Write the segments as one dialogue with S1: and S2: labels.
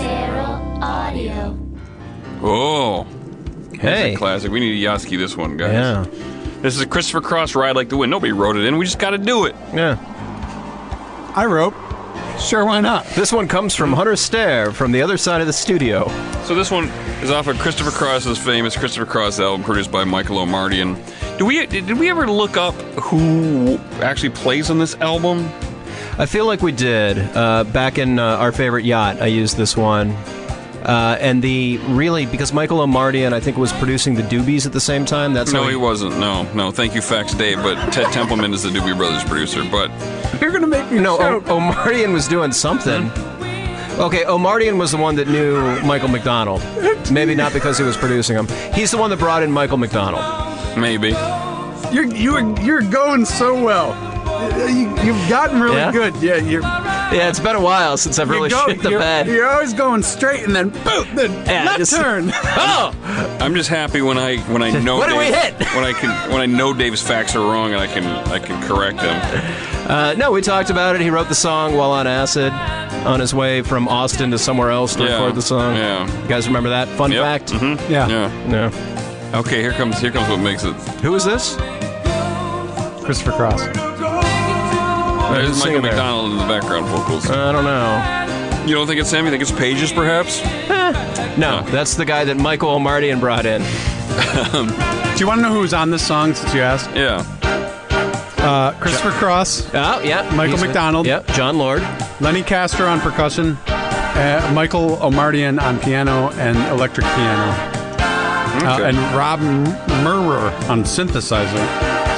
S1: Feral Audio.
S2: Oh, that's
S3: Hey.
S2: a classic. We need to Yaski this one, guys.
S3: Yeah.
S2: This is a Christopher Cross ride like the wind. Nobody wrote it in. We just got to do it.
S3: Yeah.
S4: I wrote. Sure, why not?
S3: This one comes from Hunter Stare from the other side of the studio.
S2: So this one is off of Christopher Cross's famous Christopher Cross album, produced by Michael O'Marty. And do we did did we ever look up who actually plays on this album?
S3: I feel like we did uh, back in uh, our favorite yacht. I used this one, uh, and the really because Michael O'Marty and I think was producing the Doobies at the same time. That's
S2: No,
S3: how
S2: he wasn't. No, no. Thank you, Facts Dave. But Ted Templeman is the Doobie Brothers producer. But
S3: You're gonna make me no. oh. O- Omardian was doing something. Okay, Omardian was the one that knew Michael McDonald. Maybe not because he was producing him. He's the one that brought in Michael McDonald.
S2: maybe.
S4: You're you're you're going so well. You, have gotten really
S3: Yeah?
S4: good. Yeah, you're
S3: Yeah, it's been a while since I've really
S4: you go,
S3: shit the
S4: you're,
S3: bed.
S4: you're always going straight and then boom, then
S3: Yeah,
S4: left
S3: just-
S4: turn.
S3: Oh,
S2: I'm just happy when I when I know
S3: What did we
S2: Dave-
S3: hit?
S2: when I can when I know Dave's facts are wrong and I can I can correct them.
S3: uh, no, we talked about it. He wrote the song while on acid, on his way from Austin to somewhere else to
S2: Yeah,
S3: record the song.
S2: yeah.
S3: you guys remember that fun
S2: Yep,
S3: fact? Mm-hmm.
S4: yeah.
S2: Yeah.
S3: No.
S2: Okay. Here comes here comes what makes it.
S3: Who is this?
S4: Christopher Cross.
S2: There's Michael
S3: singing there?
S2: McDonald in the background vocals.
S3: I don't know.
S2: You don't think it's him? You think it's Pages, perhaps?
S3: No, that's the guy that Michael Omardian brought in.
S4: Do you want to know who was on this song since you asked?
S2: Yeah.
S4: Uh, Christopher Cross,
S3: Oh, yeah.
S4: Michael
S3: he's-
S4: McDonald.
S3: Yep, John Lord.
S4: Lenny Castor on percussion, uh, Michael Omardian on piano and electric piano, uh,
S2: Okay.
S4: and Rob M- Murrer on synthesizer.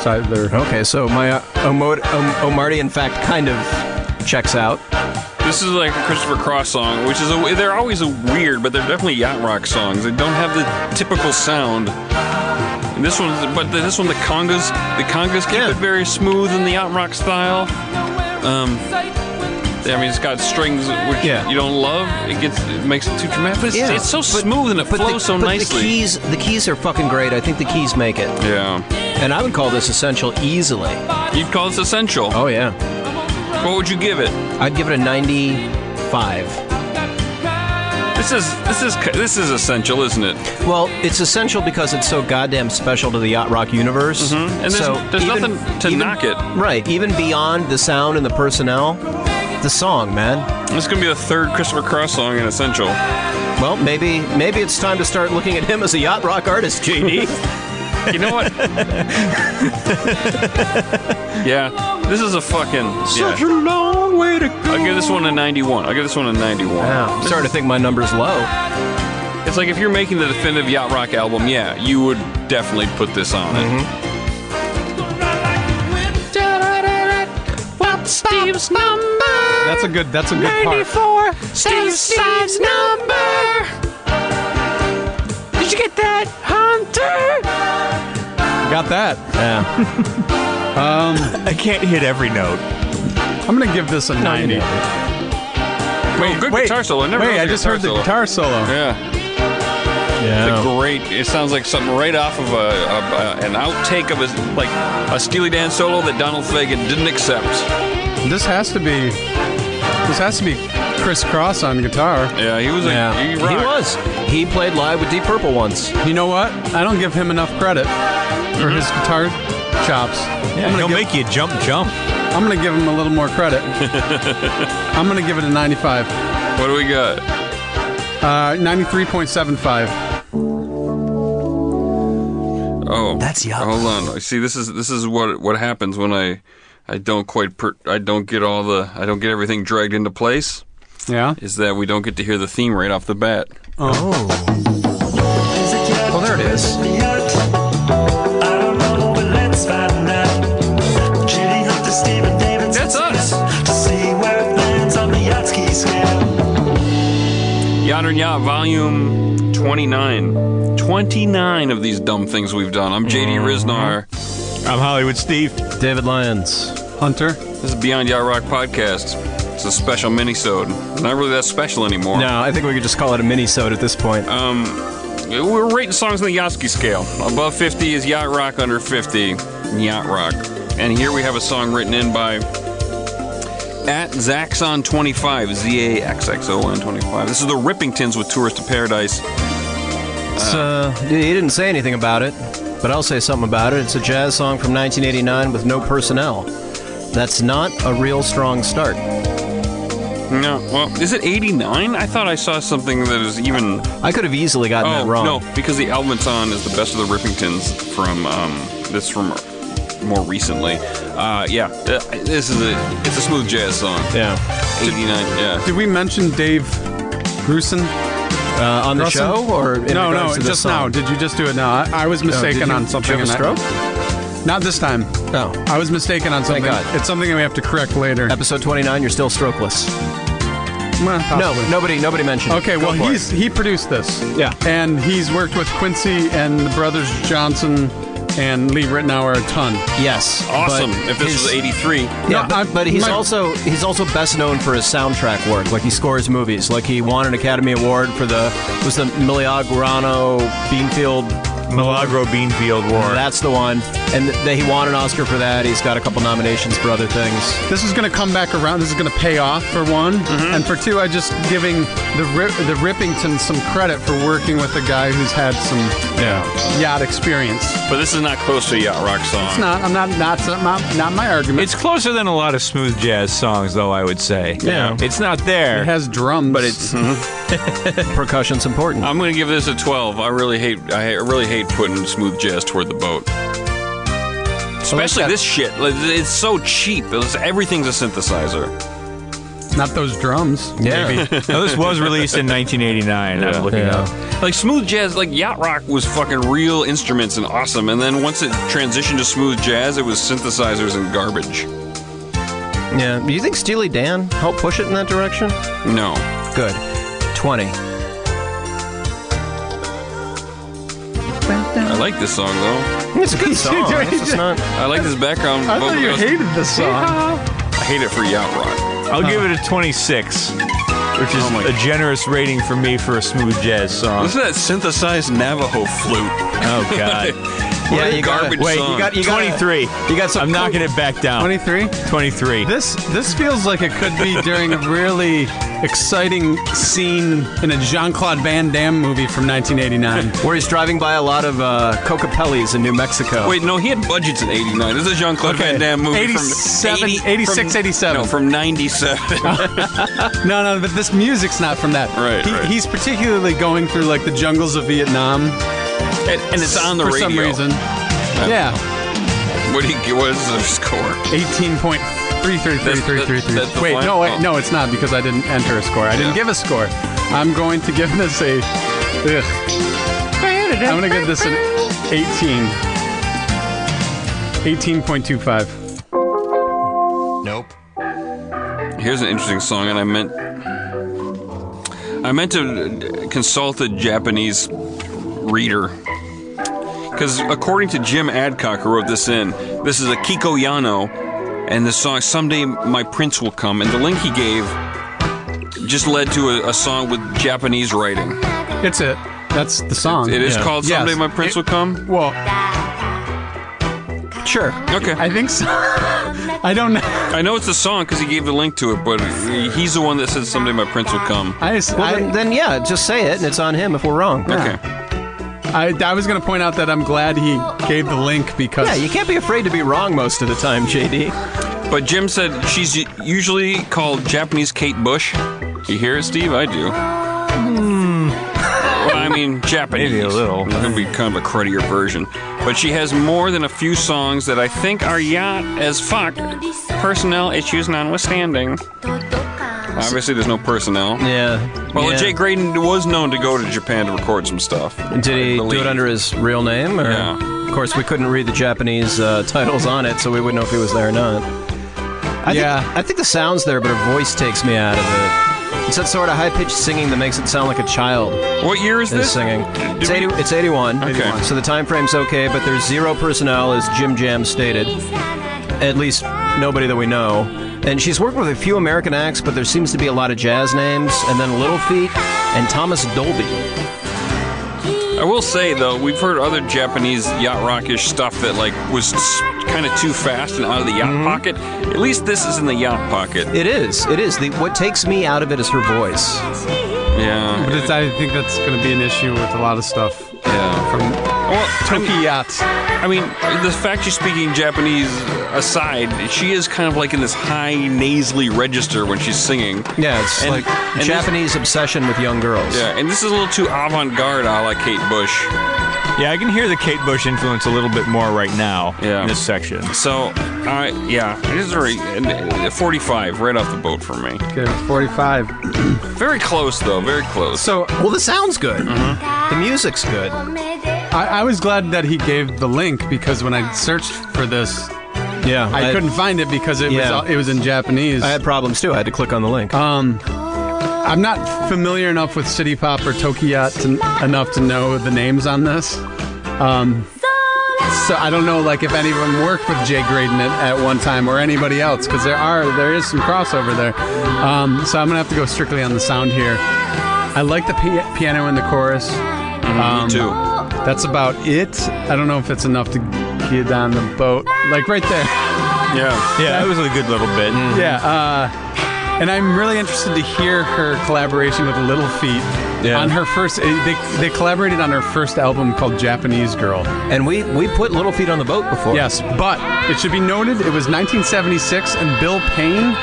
S4: Side there.
S3: Okay, so my uh, Omod- Om- Omarty, in fact, kind of checks out.
S2: This is like a Christopher Cross song, which is a, they're always a weird, but they're definitely yacht rock songs. They don't have the typical sound. And this one, but the, this one, the congas, the congas keep
S3: Yeah.
S2: it very smooth in the yacht rock style. Um, I mean, it's got strings which
S3: Yeah.
S2: you don't love. It gets, it makes it too dramatic. But it's, it's so smooth and it flows
S3: the,
S2: so
S3: but
S2: nicely.
S3: The keys, the keys are fucking great. I think the keys make it,
S2: yeah,
S3: and I would call this essential easily.
S2: you'd call this essential.
S3: Oh yeah,
S2: What would you give it?
S3: I'd give it a ninety-five.
S2: This is this is this is essential, isn't it?
S3: Well, it's essential because it's so goddamn special to the yacht rock universe.
S2: Mm-hmm. And there's-
S3: so
S2: there's
S3: even-
S2: nothing to
S3: even-
S2: knock it.
S3: Right, even beyond the sound and the personnel, the song, man.
S2: This is gonna be the third Christopher Cross song in essential.
S3: Well, maybe maybe it's time to start looking at him as a yacht rock artist, JD.
S2: You know what? yeah, this is a fucking. Yeah.
S3: a long way to go.
S2: I'll give this one a 91. I'll give this one a 91.
S3: Wow. I'm
S2: This-
S3: starting to think my number's low.
S2: It's like if you're making the definitive yacht rock album, yeah, you would definitely put this on it.
S3: Steve's number?
S4: That's a good. That's a good part.
S3: Steve's, Steve's number. Did you get that, Hunter?
S4: Got that.
S3: Yeah.
S5: I can't hit every note.
S4: I'm gonna give this a 90.
S2: Wait, good guitar solo. I never
S4: wait,
S2: heard
S4: I just heard the guitar solo.
S2: solo. Yeah, it's a great. It sounds like something right off of a, a, a an outtake of a like a Steely Dan solo that Donald Fagen didn't accept.
S4: This has to be. This has to be Chris Cross on guitar.
S2: Yeah, he was a
S3: Yeah.
S2: he,
S3: He
S2: rocked.
S3: was. He played live with Deep Purple once.
S4: You know what? I don't give him enough credit for his guitar chops. I'm, gonna
S5: He'll
S4: give,
S5: make you jump, jump.
S4: I'm gonna give him a little more credit. I'm gonna give it a 95.
S2: What do we got?
S4: Uh, 93.75.
S2: Oh,
S5: That's yuck.
S2: Hold on. See, this is this is what what happens when I I don't quite per, I don't get all the I don't get everything dragged into place.
S4: Yeah.
S2: Is that we don't get to hear the theme right off the bat?
S3: Well, there it is.
S2: That's us.
S6: To see where it lands on the Yatsky scale.
S2: Yonder and Yacht, Volume 29. 29 of these dumb things we've done. I'm JD Riznar.
S5: I'm Hollywood Steve.
S3: David Lyons.
S4: Hunter.
S2: This is Beyond Yacht Rock podcast. It's a special minisode. Not really that special anymore.
S3: No, I think we could just call it a mini-sode at this point.
S2: We're rating songs on the Yatsky scale. Above 50 is Yacht Rock, under 50, Yacht Rock. And here we have a song written in by at Zaxxon25, Z A X X O N 25. This is the Rippingtons with Tourist to Paradise.
S3: It's, uh, he didn't say anything about it, but I'll say something about it. It's a jazz song from 1989 with no personnel. That's not a real strong start.
S2: No, well, is it 89? I thought I saw something that is even.
S3: I could have easily gotten
S2: Oh,
S3: that wrong.
S2: no, because the album it's on is the best of the Rippingtons from um, this from more recently. Uh, yeah, uh, this is a it's a smooth jazz song.
S3: Yeah.
S2: 89. Yeah.
S4: Did we mention Dave Grusin?
S3: Uh, on the
S4: Grusin?
S3: show or in
S4: no,
S3: regards
S4: no,
S3: to this
S4: just now.
S3: song?
S4: Did you just do it now? I, I was
S3: Oh, did
S4: mistaken
S3: you-
S4: on
S3: did you
S4: something.
S3: have a
S4: and I- Not this time.
S3: No.
S4: I was mistaken on something.
S3: God.
S4: It's something that we have to correct later.
S3: Episode 29, you're still strokeless.
S4: Well, possibly.
S3: No, nobody, nobody mentioned. it.
S4: Oh. Okay,
S3: Go
S4: well,
S3: for it.
S4: he's he produced this.
S3: Yeah.
S4: And he's worked with Quincy and the brothers Johnson and Lee Ritenour a ton.
S3: yes,
S2: Awesome.
S3: but
S2: If this
S3: his-
S2: was 83.
S3: Yeah,
S4: No,
S3: but,
S4: I-
S3: but he's
S4: my-
S3: also he's also best known for his soundtrack work. Like he scores movies. Like he won an Academy Award for the was the Miliagrano Beanfield.
S5: Milagro Beanfield War.
S3: That's the one. And th- that he won an Oscar for that. He's got a couple nominations for other things.
S4: This is going to come back around. This is going to pay off for one,
S3: Mm-hmm.
S4: and for two, I just giving the Ri- the Rippingtons some credit for working with a guy who's had some yacht experience.
S2: But this is not close to a yacht rock song.
S4: It's not. I'm not. Not. Not, not my argument.
S5: It's closer than a lot of smooth jazz songs, though, I would say.
S3: Yeah.
S5: It's not there.
S4: it has drums,
S5: but it's
S3: Percussion's important.
S2: I'm gonna give this a 12. I really hate I really hate putting smooth jazz toward the boat. Especially
S3: that.
S2: this shit. Like, It's so cheap. It's- everything's a synthesizer.
S4: not those drums.
S3: yeah.
S5: now, this was released in 1989. I'm looking
S3: Yeah.
S5: up.
S2: Like smooth jazz, like yacht rock was fucking real instruments and awesome. And then once it transitioned to smooth jazz, it was synthesizers and garbage.
S3: yeah. Do you think Steely Dan helped push it in that direction?
S2: No.
S3: Good. Twenty.
S2: I like this song though.
S3: It's a good song.
S4: doing
S3: It's just not.
S2: I like this background.
S4: I thought
S2: vocal.
S4: you hated this song.
S2: I hate it for yacht rock.
S5: I'll give it a 26, which is
S2: Oh my
S5: a generous rating for me for a smooth jazz song.
S2: Listen to that synthesized Navajo flute.
S5: Oh, God.
S2: What
S3: Yeah,
S2: a
S3: you gotta-
S2: garbage
S5: Wait,
S2: song.
S5: you got, you got 23.
S3: You got some
S5: I'm knocking it back down.
S4: Twenty three.
S5: 23.
S4: This this feels like it could be during a really exciting scene in a Jean Claude Van Damme movie from 1989.
S3: Where he's driving by a lot of uh, Cocapellis in New Mexico.
S2: Wait, no, he had budgets in '89. This is a Jean Claude
S4: Okay.
S2: Van Damme movie
S4: 87
S2: from 80 from-
S4: 86, 87.
S2: No, from '97.
S4: No, no, but this music's not from that.
S2: Right,
S4: He,
S2: right.
S4: He's particularly going through like the jungles of Vietnam.
S2: and, and it's on the
S4: for
S2: radio.
S4: some reason. Yeah,
S2: What do you, what is the score?
S4: 18.333333.
S2: That's- that's the
S4: wait,
S2: one?
S4: no, wait,
S2: Oh.
S4: no, it's not because I didn't enter a score. I didn't
S2: Yeah.
S4: give a score. I'm going to give this a. Ugh. I'm going to give this an 18. 18.25.
S5: nope.
S2: Here's an interesting song, and I meant I meant to uh, consult a Japanese reader because according to Jim Adcock, who wrote this in, this is a Kiko Yano, and the song "Someday My Prince Will Come," and the link he gave just led to a, a song with Japanese writing.
S4: It's it. That's the song.
S2: It is
S4: Yeah.
S2: called "Someday
S4: Yes.
S2: My Prince
S4: It-
S2: Will Come."
S4: Well,
S3: sure.
S2: Okay,
S4: I think so. I don't know.
S2: I know it's a song because he gave the link to it, but he's the one that said "Someday My Prince Will Come."
S4: I, s-
S3: Well,
S4: I-
S3: then, then yeah, just say it, and it's on him if we're wrong.
S2: Okay.
S4: I, I was going to point out that I'm glad he gave the link because
S3: Yeah, you can't be afraid to be wrong most of the time, JD.
S2: But Jim said she's u- usually called Japanese Kate Bush. You hear it, Steve? I do.
S3: Hmm.
S2: Well, I mean, Japanese.
S5: Maybe a little.
S2: It would be kind of a cruddier version. But she has more than a few songs that I think are yacht as fuck. Personnel issues notwithstanding. Obviously, there's no personnel.
S3: Yeah.
S2: Well, Jay Graydon was known to go to Japan to record some stuff.
S3: Did
S2: I
S3: he do
S2: believe.
S3: it under his real name? Or?
S2: Yeah.
S3: Of course, we couldn't read the Japanese uh, titles on it, so we wouldn't know if he was there or not. I
S4: Yeah.
S3: Think, I think the sound's there, but her voice takes me out of it. It's that sort of high pitched singing that makes it sound like a child
S2: What year is
S3: is
S2: this?
S3: singing.
S2: Did
S3: It's,
S2: we-
S3: 80, it's 81.
S2: Okay.
S3: 81. So the time frame's okay, but there's zero personnel, as Jim Jam stated. at least nobody that we know. And she's worked with a few American acts, but there seems to be a lot of jazz names, and then Little Feat and Thomas Dolby.
S2: I will say though, we've heard other Japanese yacht rockish stuff that like was kind kind of too fast and out of the yacht pocket. At least this is in the yacht pocket.
S3: It is. It is. The, what takes me out of it is her voice.
S2: Yeah.
S4: But it's, I think that's going to be an issue with a lot of stuff.
S2: Yeah.
S4: From
S2: well, I mean,
S4: Toki Yachts.
S2: I mean, the fact she's speaking Japanese aside, she is kind of like in this high nasally register when she's singing.
S3: Yeah, it's
S2: And-
S3: like
S2: and this-
S3: Japanese obsession with young girls.
S2: Yeah, and this is a little too avant-garde, a la Kate Bush.
S5: Yeah, I can hear the Kate Bush influence a little bit more right now
S2: Yeah.
S5: in this section.
S2: So, I yeah, it is very and, uh, 45 right off the boat for me.
S4: Okay, 45.
S2: Very close though, very close.
S4: So
S3: Well, the sound's good. The music's good.
S4: I, I was glad that he gave the link because when I searched for this,
S3: Yeah,
S4: I, couldn't find it because it
S3: Yeah.
S4: was it was in Japanese.
S3: I had problems too. I had to click on the
S4: Uh-huh.
S3: link.
S4: I'm not familiar enough with City Pop or Tokiyat to, enough to know the names on this. Um, so I don't know, like if anyone worked with Jay Graydon at, at one time or anybody else, because there are there is some crossover there. Um, so I'm gonna have to go strictly on the sound here. I like the pi- piano in the chorus.
S3: Um,
S2: Me too.
S4: That's about it. I don't know if it's enough to get on the boat, like right there.
S2: Yeah.
S5: Yeah, that was a good little bit.
S3: Mm.
S4: Yeah, uh, and I'm really interested to hear her collaboration with Little Feet
S3: Yeah.
S4: on her first. eh, They, they collaborated on her first album called Japanese Girl.
S3: and we we put Little Feet on the boat before.
S4: Yes, but it should be noted it was 1976, and Bill Payne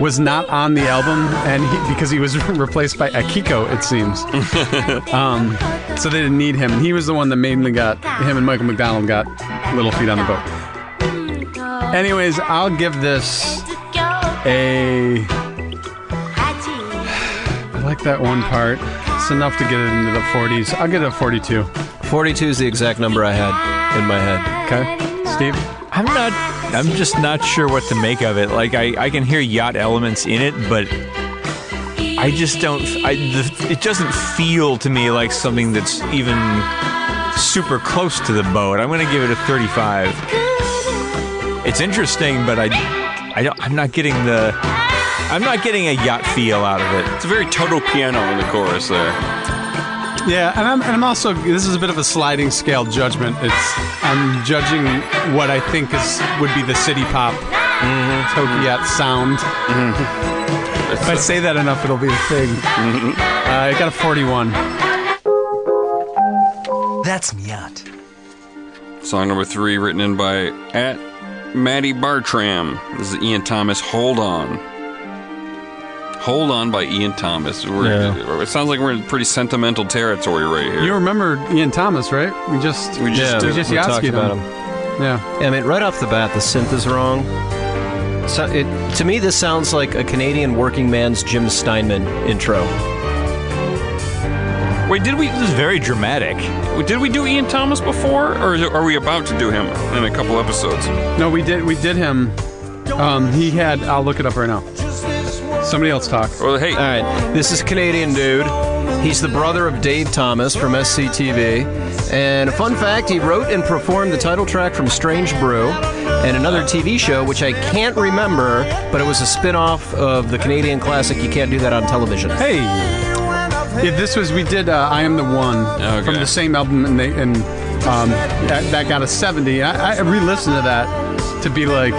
S4: was not on the album, and he, because he was replaced by Akiko, it seems. um, so they didn't need him. He was the one that mainly got him and Michael McDonald got Little Feet on the boat. Anyways, I'll give this a. I like that one part. It's enough to get it into the 40s. I'll get it a 42.
S3: 42 is the exact number I had in my head.
S4: Okay, Steve.
S5: I'm not. I'm just not sure what to make of it. Like I, I can hear yacht elements in it, but I just don't. I, the, it doesn't feel to me like something that's even super close to the boat. I'm gonna give it a 35. It's interesting, but I, I don't. I'm not getting the. I'm not getting a yacht feel out of it.
S2: It's a very total piano in the chorus there.
S4: Yeah, and I'm, and I'm also this is a bit of a sliding scale judgment. It's I'm judging what I think is would be the city pop Tokyo sound. if I say that enough, it'll be a thing. Uh, I got a 41.
S6: That's Miat.
S2: Song number 3 written in by at Maddie Bartram. This is Ian Thomas Hold On. Hold On by Ian Thomas. We're, It sounds like we're in pretty sentimental territory right here.
S4: You remember Ian Thomas, right? We just
S2: We just
S4: we
S2: did.
S4: just
S3: we talked
S4: Yaskied
S3: about
S4: him.
S3: him.
S4: Yeah,
S3: I mean, right off the bat, the synth is wrong. So it, to me, this sounds like a Canadian working man's Jim Steinman intro.
S2: Wait, did we
S5: This is very dramatic.
S2: did we do Ian Thomas before or is- are we about to do him in a couple episodes?
S4: no, we did we did him. Um, he had I'll look it up right now. Somebody else talk.
S2: Well, hey,
S3: All right, this is Canadian dude. He's the brother of Dave Thomas from SCTV. And a fun fact, he wrote and performed the title track from Strange Brew and another TV show, which I can't remember, but it was a spin off of the Canadian classic You Can't Do That on Television.
S4: Hey, if this was we did uh, I am the one
S2: Okay.
S4: from the same album and they and um, that, that got a seventy. I, I re-listened to that to be like,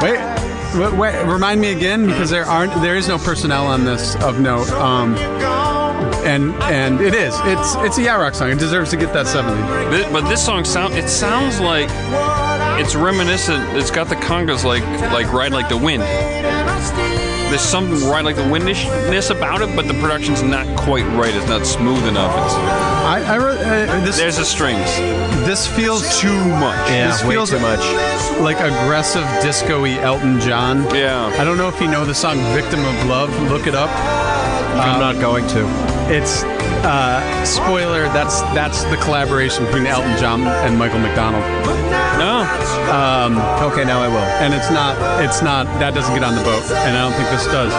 S4: wait, wait, wait, remind me again because there aren't there is no personnel on this of note. Um, and and it is it's it's a yacht rock song. It deserves to get that seventy.
S2: Thi- but this song sound it sounds like it's reminiscent. It's got the congas like like ride like the wind. There's some ride like the windishness about it, but the production's not quite right. It's not smooth enough.
S4: I, I re- uh,
S2: It's,
S4: this
S2: there's the strings.
S4: this feels too much.
S3: Yeah,
S4: this
S3: way
S4: feels
S3: too much.
S4: like aggressive disco-y Elton John. I
S2: Yeah,
S4: don't know if you know the song "Victim of Love." Look it up.
S3: I'm not going to.
S4: It's uh, spoiler. That's that's the collaboration between Elton John and Michael McDonald,
S2: no.
S3: Okay, now I will.
S4: and it's not it's not that doesn't get on the boat, and I don't think this does.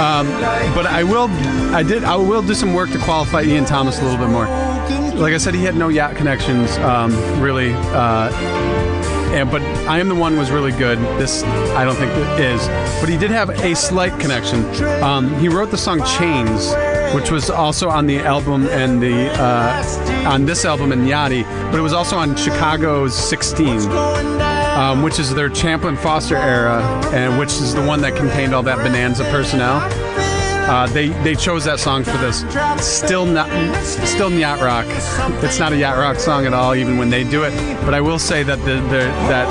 S4: Um, but I will I did I will do some work to qualify Ian Thomas a little bit more. Like I said, he had no yacht connections um, really, uh, and but I am the one was really good. This I don't think it is, but he did have a slight connection. Um, he wrote the song Chains. Which was also on the album and the uh, on this album and Yachty, but it was also on Chicago's 16. um, which is their Champlin Foster era, and which is the one that contained all that Bonanza personnel. Uh, they they chose that song for this. Still not, still yacht rock. It's not a yacht rock song at all, even when they do it. But I will say that the, the that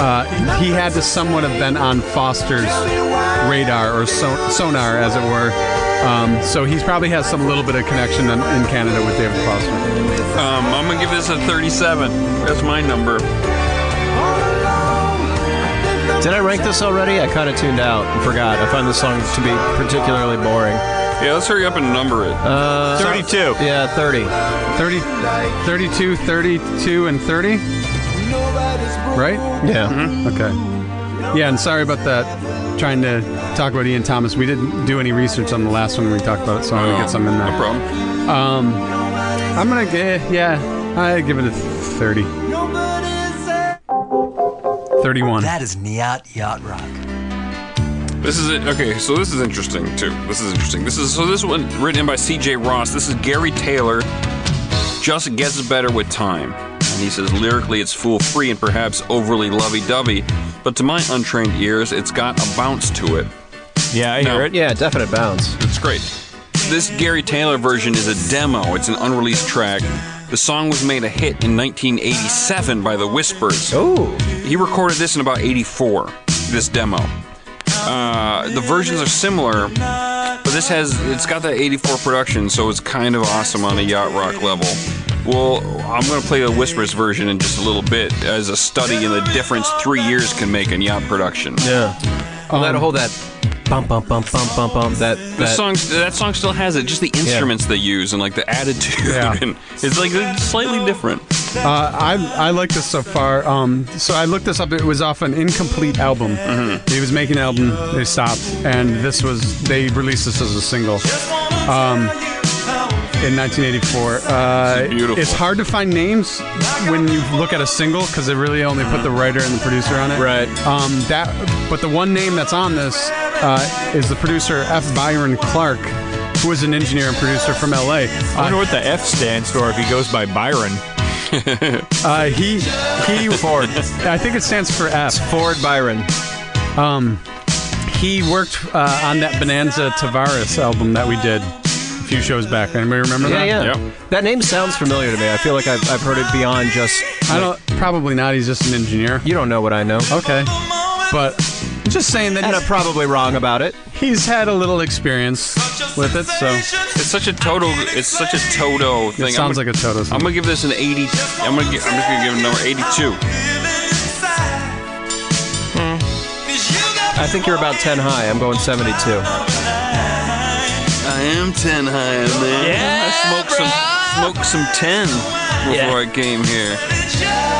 S4: uh, he had to somewhat have been on Foster's radar or so, sonar, as it were. Um, so he probably has some little bit of connection in, in Canada with David Foster.
S2: Um, I'm gonna give this a 37. That's my number.
S3: Did I rank this already? I kind of tuned out and forgot. I find this song to be particularly boring.
S2: Yeah, let's hurry up and number it.
S3: Uh,
S5: 32.
S3: Yeah, 30.
S4: 30, 32, 32, and 30? Right?
S3: Yeah.
S4: Okay. Yeah, and sorry about that. Trying to talk about Ian Thomas. We didn't do any research on the last one we talked about, it, so I'm going to get some
S2: No
S4: in there.
S2: problem.
S4: I'm going to get, yeah, I give it a 30. 31.
S6: That is Nyat Yacht Rock.
S2: This is it. Okay, so this is interesting too. This is interesting. This is so this one written in by C.J. Ross. This is Gary Taylor. Just gets better with time, and he says lyrically it's fool-free and perhaps overly lovey-dovey, but to my untrained ears, it's got a bounce to it.
S5: Yeah, I
S2: No.
S5: hear it.
S3: Yeah, definite bounce.
S2: It's great. This Gary Taylor version is a demo. It's an unreleased track. The song was made a hit in 1987 by The Whispers.
S3: Ooh.
S2: He recorded this in about 84, this demo. Uh, the versions are similar, but this has, it's got that 84 production, so it's kind of awesome on a yacht rock level. Well, I'm going to play the Whispers version in just a little bit as a study in the difference three years can make in yacht production.
S3: Yeah. That'll hold that bump, bump, bump, bump, bump, bump. That,
S2: The
S3: that
S2: song that song still has it. Just the instruments they use and like the attitude,
S4: Yeah.
S2: and it's like slightly different.
S4: Uh, I I like this so far. Um, so I looked this up. It was off an incomplete album. He was making an album. They stopped, and this was they released this as a single. Um, in 1984, uh,
S2: This is beautiful.
S4: it's hard to find names when you look at a single because they really only put the writer and the producer on it.
S3: Right.
S4: Um, that, but the one name that's on this uh, is the producer F. Byron Clark, who is an engineer and producer from LA.
S5: I wonder what the F stands for if he goes by Byron.
S4: Uh, he he Ford. I think it stands for F.
S3: Ford Byron.
S4: He worked uh, on that Bonanza Tavares album that we did a few shows back. Anybody remember
S3: Yeah,
S4: that?
S3: yeah.
S2: Yep.
S3: That name sounds familiar to me. I feel like I've, I've heard it beyond just.
S4: I don't. Probably not. He's just an engineer.
S3: You don't know what I know.
S4: Okay, but I'm just saying that
S3: And I'm
S4: he's,
S3: probably wrong about it.
S4: he's had a little experience with it, so
S2: It's such a total. It's such a Toto thing.
S4: it sounds
S2: I'm
S4: like
S2: gonna,
S4: a Toto
S2: I'm
S4: song.
S2: gonna give this an 80. I'm gonna. gi- I'm just gonna give it a number 82.
S3: I think you're about 10 high. I'm going 72.
S2: I am 10 high, man. Yeah, I smoked some smoked some 10 before I came here.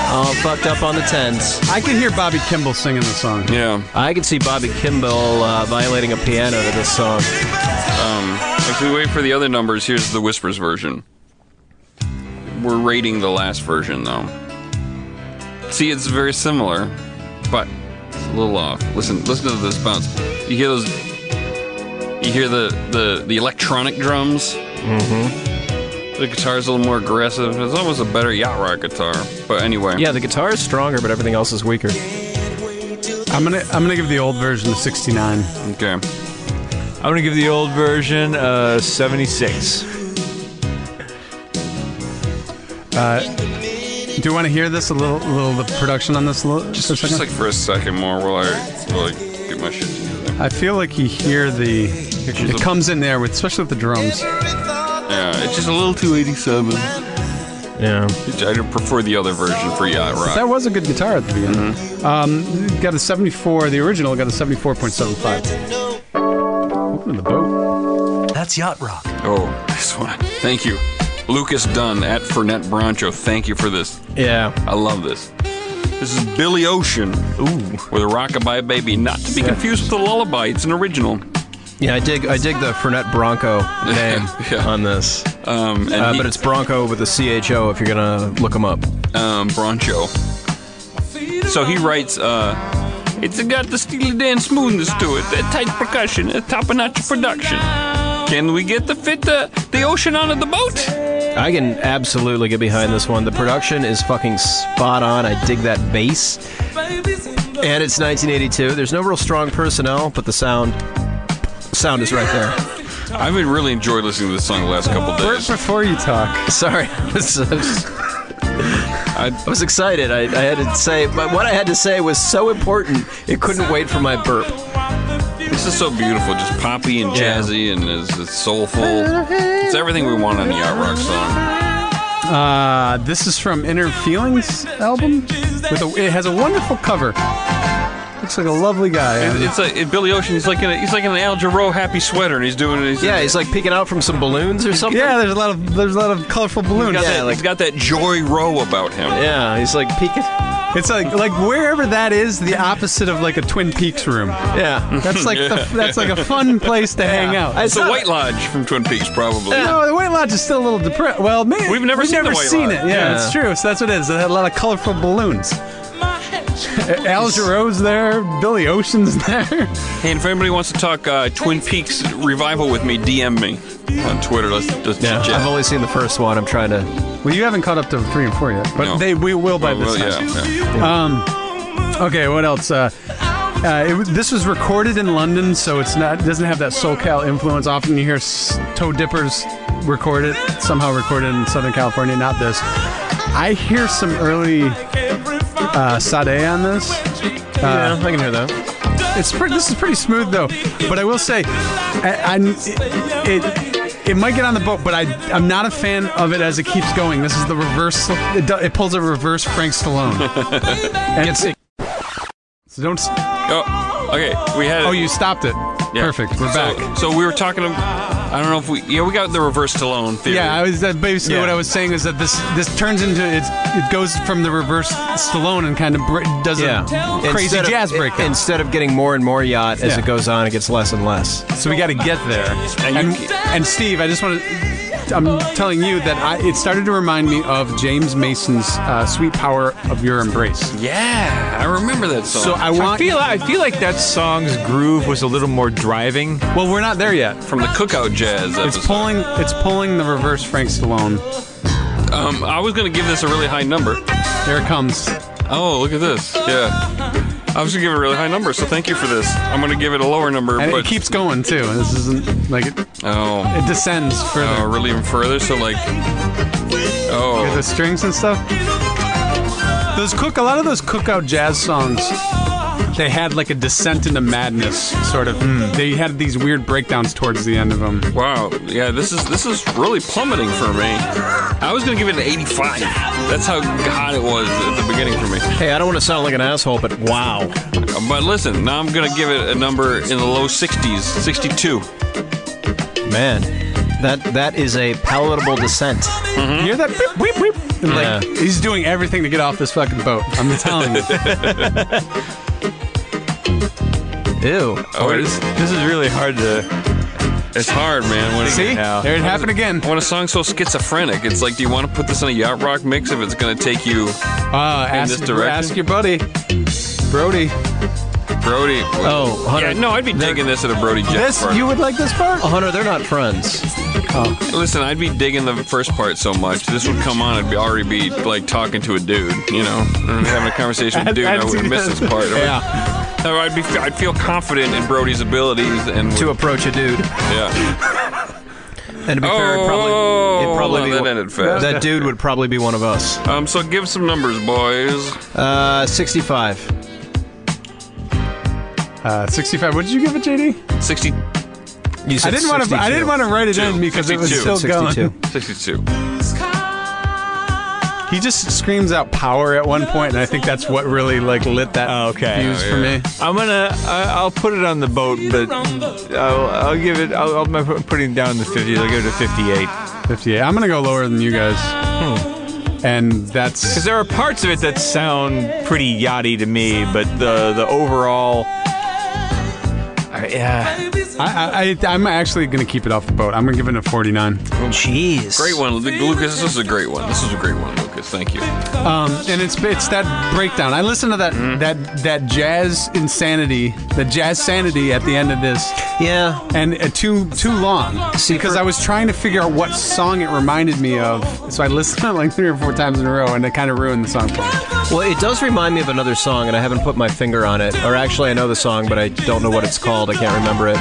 S3: All fucked up on the 10s.
S4: I could hear Bobby Kimball singing the song.
S2: Yeah.
S3: I can see Bobby Kimball uh, violating a piano to this song.
S2: If we wait for the other numbers, here's the Whispers version. We're rating the last version, though. See, it's very similar, but it's a little off. Listen, listen to this bounce. You hear those? You hear the the the electronic drums. Mm-hmm. The guitar's a little more aggressive. It's almost a better yacht rock guitar. But anyway,
S3: Yeah, the guitar is stronger, but everything else is weaker.
S4: I'm gonna I'm gonna give the old version a 69.
S2: Okay.
S5: I'm gonna give the old version uh 76.
S4: Do you want to hear this a little little the production on this? a little-
S2: Just,
S4: a
S2: just
S4: second?
S2: like for a second more, while I will I get my shit together.
S4: I feel like you hear the
S2: comes
S4: it
S2: the-
S4: comes in there with especially with the drums.
S2: Yeah, it's just a little too 87.
S3: Yeah.
S2: I prefer the other version for yacht rock.
S4: That was a good guitar at the beginning.
S2: Mm-hmm.
S4: Um, got a 74. The original got a 74.75. Open the boat.
S6: That's Yacht Rock.
S2: Oh, this one. Thank you. Lucas Dunn at Fernet Brancho. Thank you for this.
S3: Yeah.
S2: I love this. This is Billy Ocean. Ooh. With a rockabye baby, not to be confused with the lullaby. It's an original.
S3: Yeah, I dig I dig the Fernet Bronco name
S2: Yeah.
S3: on this.
S2: Um, and
S3: Uh,
S2: he-
S3: but it's Bronco with a CHO if you're going to look him up.
S2: um, Broncho. So he writes, uh, it's got the Steely Dan smoothness to it, that tight percussion, a top-notch production. Can we get the fit, uh, the ocean onto the boat?
S3: I can absolutely get behind this one. The production is fucking spot on. I dig that bass. And it's 1982. There's no real strong personnel, but the sound sound is right there.
S2: I've been really enjoyed listening to this song the last couple days.
S4: Before you talk,
S3: Sorry. I was- I was- I was excited. I, I had to say, but what I had to say was so important, it couldn't wait for my burp.
S2: This is so beautiful, just poppy and jazzy, and it's, it's soulful. It's everything we want on the yacht rock song.
S4: uh, this is from Inner Feelings album. With a, it has a wonderful cover. Looks like a lovely guy.
S2: It's like it, Billy Ocean. He's like in a, he's like in an Al Jarreau happy sweater, and he's doing it. He's,
S3: Yeah, he's like peeking out from some balloons or something.
S4: Yeah, there's a lot of there's a lot of colorful balloons.
S2: got
S3: yeah,
S2: that,
S3: like-
S2: he's got that joy row about him.
S3: Yeah, he's like peeking.
S4: It's like like wherever that is, the opposite of like a Twin Peaks room.
S3: Yeah.
S4: That's like the, that's like a fun place to hang out.
S3: I
S2: It's the
S3: saw-
S2: White Lodge from Twin Peaks, probably.
S4: No, the White Lodge is still a little depressed. Well, maybe
S2: We've never seen the White Lodge.
S4: it. Yeah,
S3: Yeah.
S4: that's true. So that's what it is. It had a lot of colorful balloons. Al Jarreau's there. Billy Ocean's there.
S2: Hey, and if anybody wants to talk uh, Twin Peaks revival with me, DM me on Twitter. Let's just
S3: Yeah,
S2: chat.
S3: I've only seen the first one. I'm trying to
S4: Well, you haven't caught up to three and four yet, but
S2: No.
S4: they we will by
S2: Oh,
S4: this
S2: well,
S4: time.
S2: yeah, yeah.
S4: Okay, what else? Uh, uh, it, w- this was recorded in London, so it's not doesn't have that SoCal influence. Often you hear s- Toe Dippers record it, somehow recorded in Southern California. Not this. I hear some early uh, Sade on this. Uh,
S3: Yeah, I can hear that.
S4: It's pretty, this is pretty smooth though, but I will say, I, I- it, it might get on the boat, but I I'm not a fan of it as it keeps going. This is the reverse. It, do- it pulls a reverse Frank Stallone. and it's, so don't. s-
S2: Oh, okay. We had. it.
S4: Oh, you stopped it.
S2: Yeah.
S4: Perfect. We're
S2: So-
S4: back.
S2: So, we were talking. to- I don't know if we. Yeah, we got the reverse Stallone theory.
S4: yeah, I was that basically
S3: Yeah.
S4: what I was saying is that this this turns into it's, it goes from the reverse Stallone and kind of br- does
S3: Yeah,
S4: a crazy
S3: Instead of-
S4: jazz break.
S3: Instead of getting more and more yacht as
S4: Yeah.
S3: it goes on, it gets less and less.
S4: So we got to get there.
S2: And
S4: And,
S2: you
S4: and, Steve, I just want to. I'm telling you that I, it started to remind me of James Mason's uh, "Sweet Power of Your Embrace."
S2: Yeah, I remember that song.
S4: So I
S5: I
S4: want.
S5: feel I feel like that song's groove was a little more driving.
S4: well, we're not there yet.
S2: from the Cookout Jazz.
S4: It's
S2: episode.
S4: pulling. It's pulling the reverse Frank Stallone.
S2: Um, I was gonna give this a really high number.
S4: Here it comes.
S2: Oh, look at this. Yeah. I was gonna give it a really high number, so thank you for this. I'm gonna give it a lower number,
S4: And
S2: but
S4: it keeps going too. This isn't like it,
S2: oh,
S4: it descends
S2: oh,
S4: further.
S2: really even further. So like, oh,
S4: the strings and stuff. Those cook a lot of those cookout jazz songs. They had like a descent into madness, sort of. They had these weird breakdowns towards the end of them.
S2: Wow, yeah, this is this is really plummeting for me. I was gonna give it an 85. That's how hot it was at the beginning for me.
S3: Hey, I don't want to sound like an asshole, but wow.
S2: But listen, now I'm gonna give it a number in the low 60s, 62.
S3: Man, that that is a palatable descent.
S4: You hear that? Beep, beep, beep. And, like,
S3: Yeah.
S4: he's doing everything to get off this fucking boat. I'm telling you.
S3: Ew.
S2: Oh, it is.
S5: This is really hard to.
S2: It's hard, man. When
S4: See?
S5: Yeah.
S4: There it happened again.
S2: When a song's so schizophrenic, it's like, do you want to put this in a yacht rock mix if it's gonna take you,
S4: Uh, ask,
S2: this direction?
S4: ask your buddy, Brody.
S2: Brody?
S3: Oh, Hunter.
S2: yeah, no, I'd be digging this at a Brody Jet
S4: This,
S2: party.
S4: you would like this part?
S3: Hunter, they're not friends.
S2: Listen, I'd be digging the first part so much. This would come on, I'd be already be like talking to a dude, you know, and having a conversation with a dude. and I would miss this part.
S4: Yeah.
S2: No, I'd be. I'd feel confident in Brody's abilities and
S3: To approach a dude,
S2: yeah.
S3: and to be fair,
S4: Oh,
S3: it'd probably, it'd probably
S2: hold on,
S3: be
S2: Oh, that
S3: one-
S2: ended fast.
S3: that dude would probably be one of us.
S2: Um. So give some numbers, boys.
S3: Uh, 65.
S4: Uh, 65. What did you give it, JD?
S2: Sixty.
S3: You said
S4: I didn't want to. I didn't want to write it in because it was
S2: 62.
S4: still going.
S3: 62.
S2: 62.
S4: He just screams out power at one point, and I think that's what really like lit that
S5: Oh, okay.
S4: fuse
S2: Oh,
S4: for
S2: yeah.
S4: me.
S5: I'm gonna. I, I'll put it on the boat, but I'll, I'll give it. I'll, I'll I'm putting it down in the 50s. I'll give it a 58.
S4: 58. I'm gonna go lower than you guys, and that's
S5: Because there are parts of it that sound pretty yachty to me, but the the overall. I- Yeah.
S4: I, I, I, I'm actually gonna keep it off the boat. I'm gonna give it a 49.
S3: Jeez.
S2: Great one, Lucas. This is a great one. This is a great one, Lucas. it. Thank you.
S4: Um, and it's it's that breakdown. I listened to that
S3: Mm-hmm.
S4: that that jazz insanity, the jazz sanity at the end of this,
S3: Yeah.
S4: and uh, too too long
S3: See,
S4: because
S3: for-
S4: I was trying to figure out what song it reminded me of. So I listened to it like three or four times in a row, and it kind of ruined the song. for me.
S3: Well, it does remind me of another song, and I haven't put my finger on it. Or actually, I know the song, but I don't know what it's called. I can't remember it.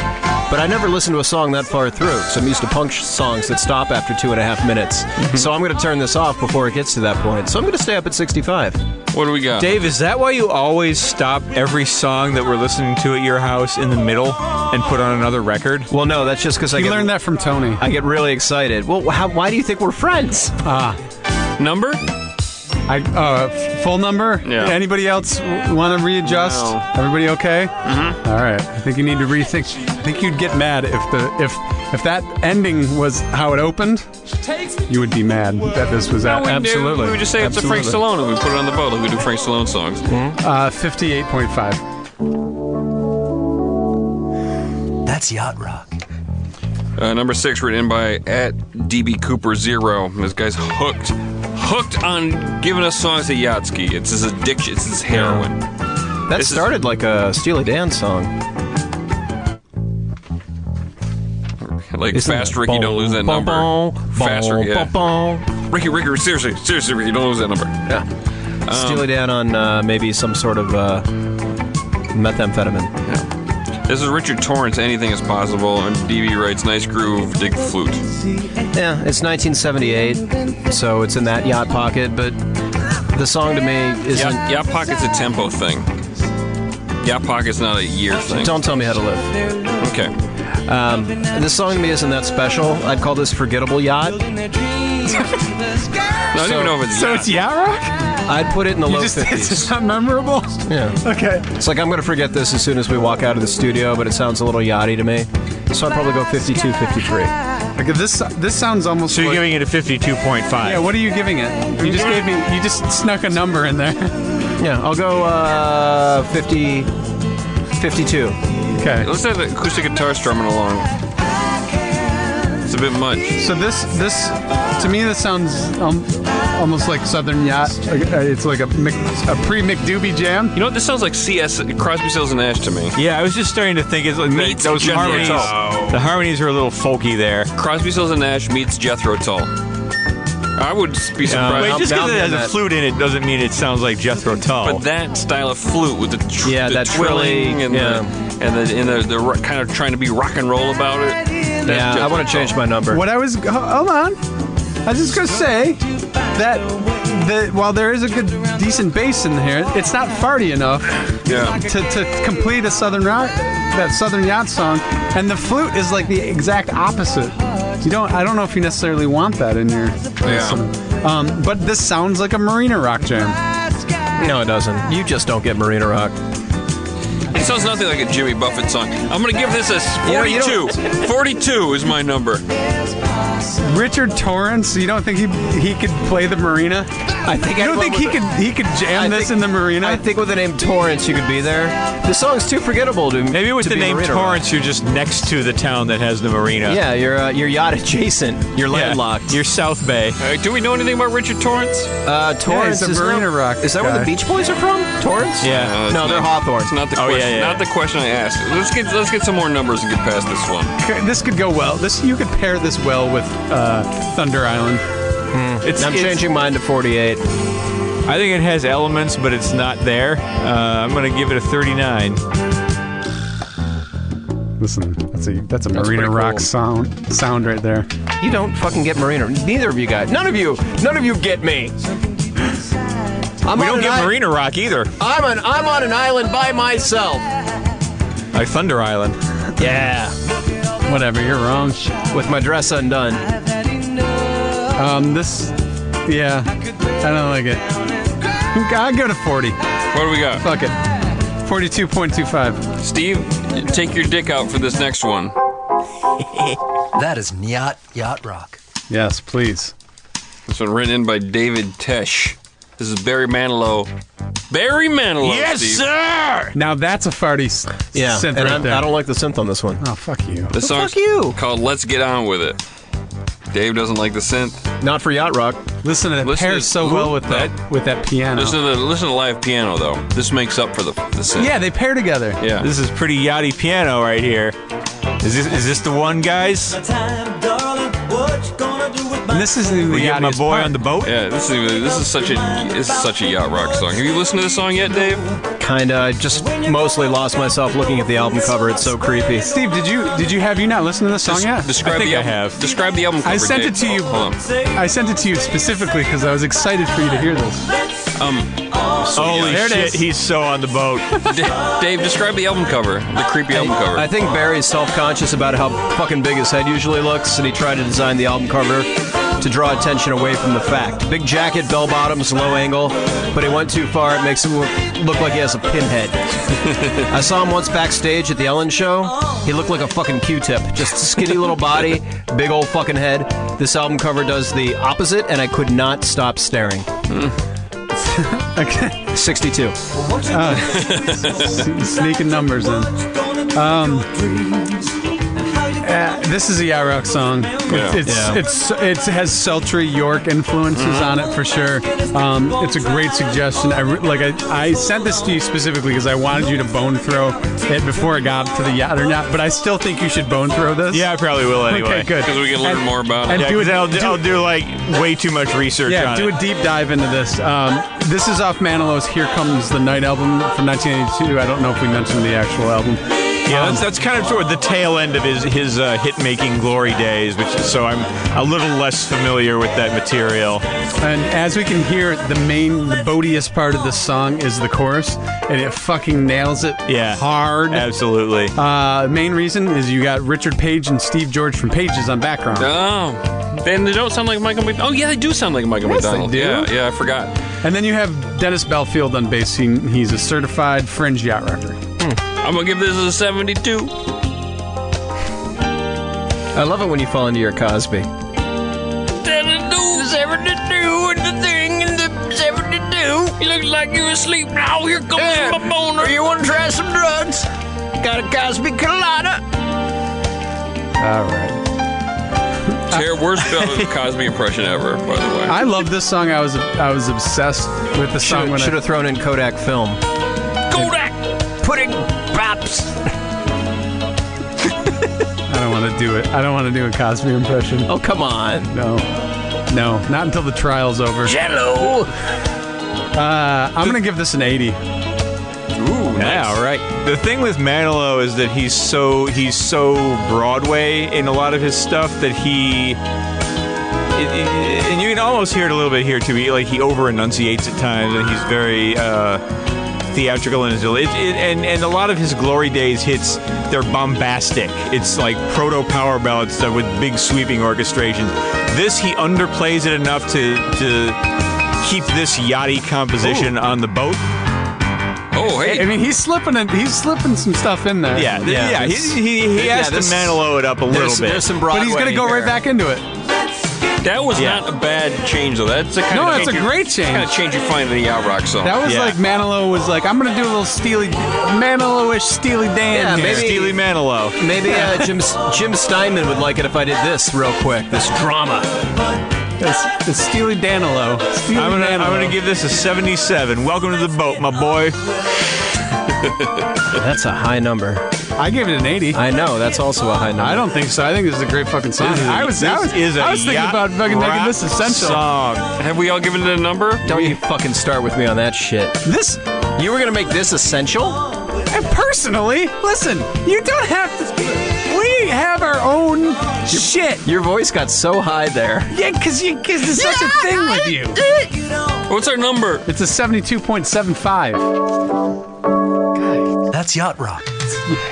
S3: But I never listened to a song that far through, because I'm used to punk sh- songs that stop after two and a half minutes. So I'm going to turn this off before it gets to that point. So I'm going to stay up at 65.
S2: What do we got?
S5: Dave, is that why you always stop every song that we're listening to at your house in the middle and put on another record?
S3: Well, no, that's just because I
S4: You
S3: get,
S4: learned that from Tony.
S3: I get really excited. Well, how, why do you think we're friends?
S2: Number?
S4: I, uh, f- full number.
S2: Yeah.
S4: Anybody else want to readjust?
S2: No.
S4: Everybody okay? Mm-hmm. right. I think you need to rethink. I think you'd get mad if the if if that ending was how it opened. You would be mad that this was that.
S2: We would just say it's a Frank Stallone and we put it on the boat like we do Frank Stallone songs.
S3: Mm-hmm.
S4: Uh, Fifty-eight point five.
S7: That's yacht rock.
S2: Uh, number six, written in by at DB Cooper Zero. This guy's hooked, hooked on giving us songs to Yatsky. It's his addiction. It's his heroin.
S3: That
S2: This is-
S3: started like a Steely Dan song.
S2: Like fast Ricky, don't lose that number. fast Ricky, yeah. Ricky, Ricky, seriously, seriously, Ricky, don't lose that number.
S4: Um,
S3: Steely Dan on uh, maybe some sort of uh, methamphetamine.
S2: This is Richard Torrance. Anything is possible. And DB writes, "Nice groove, dig flute."
S3: Yeah, it's 1978, so it's in that yacht pocket, but the song to me isn't.
S2: Yeah, yeah, pocket's a tempo thing. Yeah, pocket's not a year thing.
S3: Don't tell me how to live.
S2: Okay.
S3: This song to me isn't that special. I'd call this forgettable yacht.
S2: No, I don't even know if it's
S4: So
S2: yacht.
S4: it's yacht rock.
S3: I'd put it in the low
S4: Just, it's
S3: 50s.
S4: just not memorable.
S3: Yeah.
S4: Okay.
S3: It's like I'm going to forget this as soon as we walk out of the studio, but it sounds a little yachty to me. So I'd probably go 52, 53.
S4: Okay. This this sounds almost.
S5: So you're
S4: like-
S5: giving it a 52.5.
S4: Yeah. What are you giving it? You just gave me. You just snuck a number in there.
S3: Yeah, I'll go uh, 50, 52.
S4: Okay.
S2: Let's have the acoustic guitar strumming along. It's a bit much.
S4: So this this to me this sounds um, almost like Southern yacht. Like, uh, It's like a Mc, a pre McDoobie jam.
S2: You know what? This sounds like CS Crosby, Stills and Nash to me.
S5: Yeah, I was just starting to think it's like
S2: Meets
S5: those
S2: Jethro
S5: harmonies.
S2: Tull.
S5: The harmonies are a little folky there.
S2: Crosby, Stills and Nash meets Jethro Tull. I would be surprised,
S5: Wait,
S3: I'm
S5: just
S3: down
S5: because it
S3: with
S5: has
S3: that.
S5: a flute in it doesn't mean it sounds like Jethro Tull.
S2: but that style of flute with the, tr-
S3: Oh. Yeah,
S2: the
S3: that
S2: twirling
S3: trilling,
S2: and
S3: yeah.
S2: the and the, and the, the ro- kind of trying to be rock and roll about it. That's
S3: Yeah, I
S2: Jethro
S3: want to change
S2: Tull.
S3: my number.
S4: What I was ho- hold on, I was just gonna say that that while there is a good decent bass in here, it's not farty enough
S2: Yeah.
S4: to, to complete a Southern rock that Southern yacht song, and the flute is like the exact opposite. You don't. I don't know if you necessarily want that in your.
S2: Yeah.
S4: Um, but this sounds like a Marina rock jam.
S3: No, it doesn't. You just don't get Marina Rock.
S2: It sounds nothing like a Jimmy Buffett song. I'm going to give this a
S3: know, you
S2: 42. 42 is my number.
S4: Richard Torrance. You don't think he he could play the Marina?
S3: I think
S4: You don't think he could he could jam this in the marina?
S3: I think with the name Torrance, you could be there. The song's too forgettable to
S5: Maybe with
S3: to
S5: the
S3: be
S5: name
S3: Marina Rock.
S5: Torrance, you're just next to the town that has the marina.
S3: Yeah, you're uh, you're yacht adjacent. You're
S5: Yeah.
S3: landlocked.
S5: You're South Bay.
S2: All right, do we know anything about Richard Torrance?
S3: uh, Torrance
S4: Yeah, he's a
S3: is
S4: Marina
S3: not-
S4: Rock
S3: Is that where
S4: guy.
S3: the Beach Boys are from? Torrance?
S5: Yeah.
S2: Uh, it's
S3: No, they're Hawthorne.
S2: It's not the
S5: Oh, yeah,
S2: question.
S5: yeah, yeah.
S2: Not the question I asked. Let's get let's get some more numbers and get past this one.
S4: Okay, this could go well. This you could pair this well with uh, Thunder Island.
S5: It's,
S3: I'm
S5: it's-
S3: changing mine to 48.
S5: I think it has elements, but it's not there. Uh, I'm going to give it a 39.
S4: Listen, that's a that's a
S3: pretty
S4: marina
S3: cool.
S4: rock sound sound right there.
S3: You don't fucking get Marina. Neither of you guys. None of you. None of you get me. I'm
S5: We
S3: on
S5: don't
S3: an
S5: get
S3: i-
S5: Marina Rock either.
S3: I'm on I'm on an island by myself.
S5: Like Thunder Island.
S3: Yeah.
S4: Whatever, you're wrong.
S3: With my dress undone.
S4: Um, this, yeah, I don't like it. I go to forty.
S2: What do we got?
S4: Fuck it. Forty-two point two five.
S2: Steve, take your dick out for this next one.
S7: That is yacht yacht rock.
S4: Yes, please.
S2: This one written in by David Tesh. This is Barry Manilow. Barry Manilow. Steve.
S5: sir!
S4: Now that's a farty. s-
S3: Yeah.
S4: synth
S3: and
S4: right
S3: I'm-
S4: there.
S3: I don't like the synth on this one.
S4: Oh fuck you.
S2: This
S3: Well,
S2: song's
S3: fuck you.
S2: called Let's Get On With It. Dave doesn't like the synth.
S3: Not for yacht rock.
S4: Listen, it
S2: Listen to-
S4: pairs so well with that,
S2: that-
S4: with that piano.
S2: Listen to the listen to live piano though. This makes up for the the synth.
S4: yeah, they pair together.
S2: yeah.
S5: This is pretty yachty piano right here. Is this is this the one, guys?
S4: And this is the, the
S5: We get my
S4: yachtiest
S5: boy
S4: part.
S5: on the boat.
S2: yeah, this is this is such a this is such a yacht rock song. Have you listened to this song yet, Dave?
S3: Kinda. I just mostly lost myself looking at the album cover. It's so creepy.
S4: Steve, did you did you have you not listened to this song
S2: Des-
S4: yet?
S2: Describe
S5: I think
S2: the
S5: I
S2: album.
S5: have.
S2: Describe the album cover.
S4: I sent
S2: Dave.
S4: it to you.
S2: Oh, hold on.
S4: I sent it to you specifically because I was excited for you to hear this.
S5: Holy
S4: There it
S5: shit,
S4: is.
S5: he's so on the boat.
S2: Da- Dave, describe the album cover. The creepy album cover.
S3: I think Barry's self-conscious about how fucking big his head usually looks, and he tried to design the album cover to draw attention away from the fact. Big jacket, bell bottoms, low angle, but he went too far. It makes him look, look like he has a pinhead. I saw him once backstage at the Ellen show. He looked like a fucking Q-tip, just skinny little body, big old fucking head. This album cover does the opposite, and I could not stop staring.
S4: Okay.
S3: 62.
S4: Sneaking numbers in. Um, uh, this is a yacht rock song. It's it's,
S5: Yeah.
S4: it's it's it has sultry York influences on it for sure. Um, it's a great suggestion. I re- like I, I sent this to you specifically because I wanted you to bone throw it before it got to the yacht or not. But I still think you should bone throw this.
S5: Yeah, I probably will anyway.
S4: Okay. Good.
S2: Because we can learn
S4: And-
S2: more about
S4: and
S2: it.
S5: Yeah,
S4: Do
S5: 'cause
S4: it-
S5: I'll, do,
S4: do-
S5: I'll do like way too much research
S4: Yeah,
S5: on
S4: do
S5: it.
S4: a deep dive into this. Um, this is off Manilow's "Here Comes the Night" album from 1982. I don't know if we mentioned the actual album.
S5: yeah, that's, that's kind of toward the tail end of his his uh, hit making glory days, which is, so I'm a little less familiar with that material.
S4: And as we can hear, the main, the boatiest part of this song is the chorus, and it fucking nails it
S5: Yeah,
S4: hard.
S5: Absolutely.
S4: Uh, main reason is you got Richard Page and Steve George from Pages on background.
S2: Oh, then they don't sound like Michael McDonald. Oh yeah, they do sound like Michael
S4: Yes, they
S2: McDonald.
S4: do.
S2: Yeah, yeah, I forgot.
S4: And then you have Dennis Belfield on bass. He, he's a certified fringe yacht rocker.
S2: I'm gonna give this a 72.
S3: I love it when you fall into your Cosby.
S8: 72 and the thing and the 72. You look like you asleep now. Here comes my boner. You want to try some drugs? Got a Cosby Colada.
S4: All right.
S2: Ter- worst Bill Cosby impression ever, by the way.
S4: I love this song. I was I was obsessed with the song when I-
S3: Should have thrown in Kodak film.
S8: Kodak. Pudding pops.
S4: I don't want to do it. I don't want to do a Cosby impression.
S3: Oh, come on.
S4: No. No, not until the trial's over.
S8: Jello.
S4: Uh, I'm going to give this an 80.
S2: Ooh,
S5: Yeah,
S2: nice.
S5: all right. The thing with Manilow is that he's so he's so Broadway in a lot of his stuff that he it- it- and you can almost hear it a little bit here too. He, like he over enunciates at times, and he's very uh, theatrical in his it, it, and and a lot of his glory days hits they're bombastic. It's like proto power ballad stuff with big sweeping orchestrations. This he underplays it enough to to keep this yachty composition on the boat.
S2: Oh, hey.
S4: I mean, he's slipping in, he's slipping some stuff in there.
S5: Yeah, yeah, yeah. He, he, he
S3: Yeah,
S5: has
S3: this-
S5: to Manilow it up a little
S3: There's,
S5: bit.
S3: there's some Broadway.
S4: But he's going to go right
S3: here.
S4: back into it.
S2: That was
S5: Yeah.
S2: not a bad change, though. That's the kind
S4: No,
S2: of
S4: that's a great change.
S2: Kind of change you find in a yacht rock song.
S4: That was
S5: Yeah.
S4: like Manilow was like, I'm going to do a little Steely, Manilow-ish Steely
S3: Yeah,
S4: Dan. here."
S3: maybe-
S5: Steely Manilow.
S3: Maybe uh, Jim Jim Steinman would like it if I did this real quick. This drama.
S4: It's, it's Steely Danilo. Steely
S5: I'm gonna,
S4: Manilow.
S5: I'm gonna give this a 77. Welcome to the boat, my boy.
S3: That's a high number.
S4: I gave it an 80.
S3: I know. That's also a high number.
S4: I don't think so. I think this is a great fucking song.
S5: This is-
S4: I was, I
S5: this
S4: was,
S5: is a
S4: I was thinking
S5: yacht
S4: about fucking making
S5: rock
S4: this essential.
S5: Song.
S2: Have we all given it a number?
S3: Don't you fucking start with me on that shit.
S4: This,
S3: You were gonna make this essential?
S4: And personally, listen, you don't have to. We have our own shit.
S3: Your voice got so high there.
S4: Yeah, because you, cause there's such a thing with you.
S2: What's our number?
S4: It's a 72.75.
S7: That's yacht rock.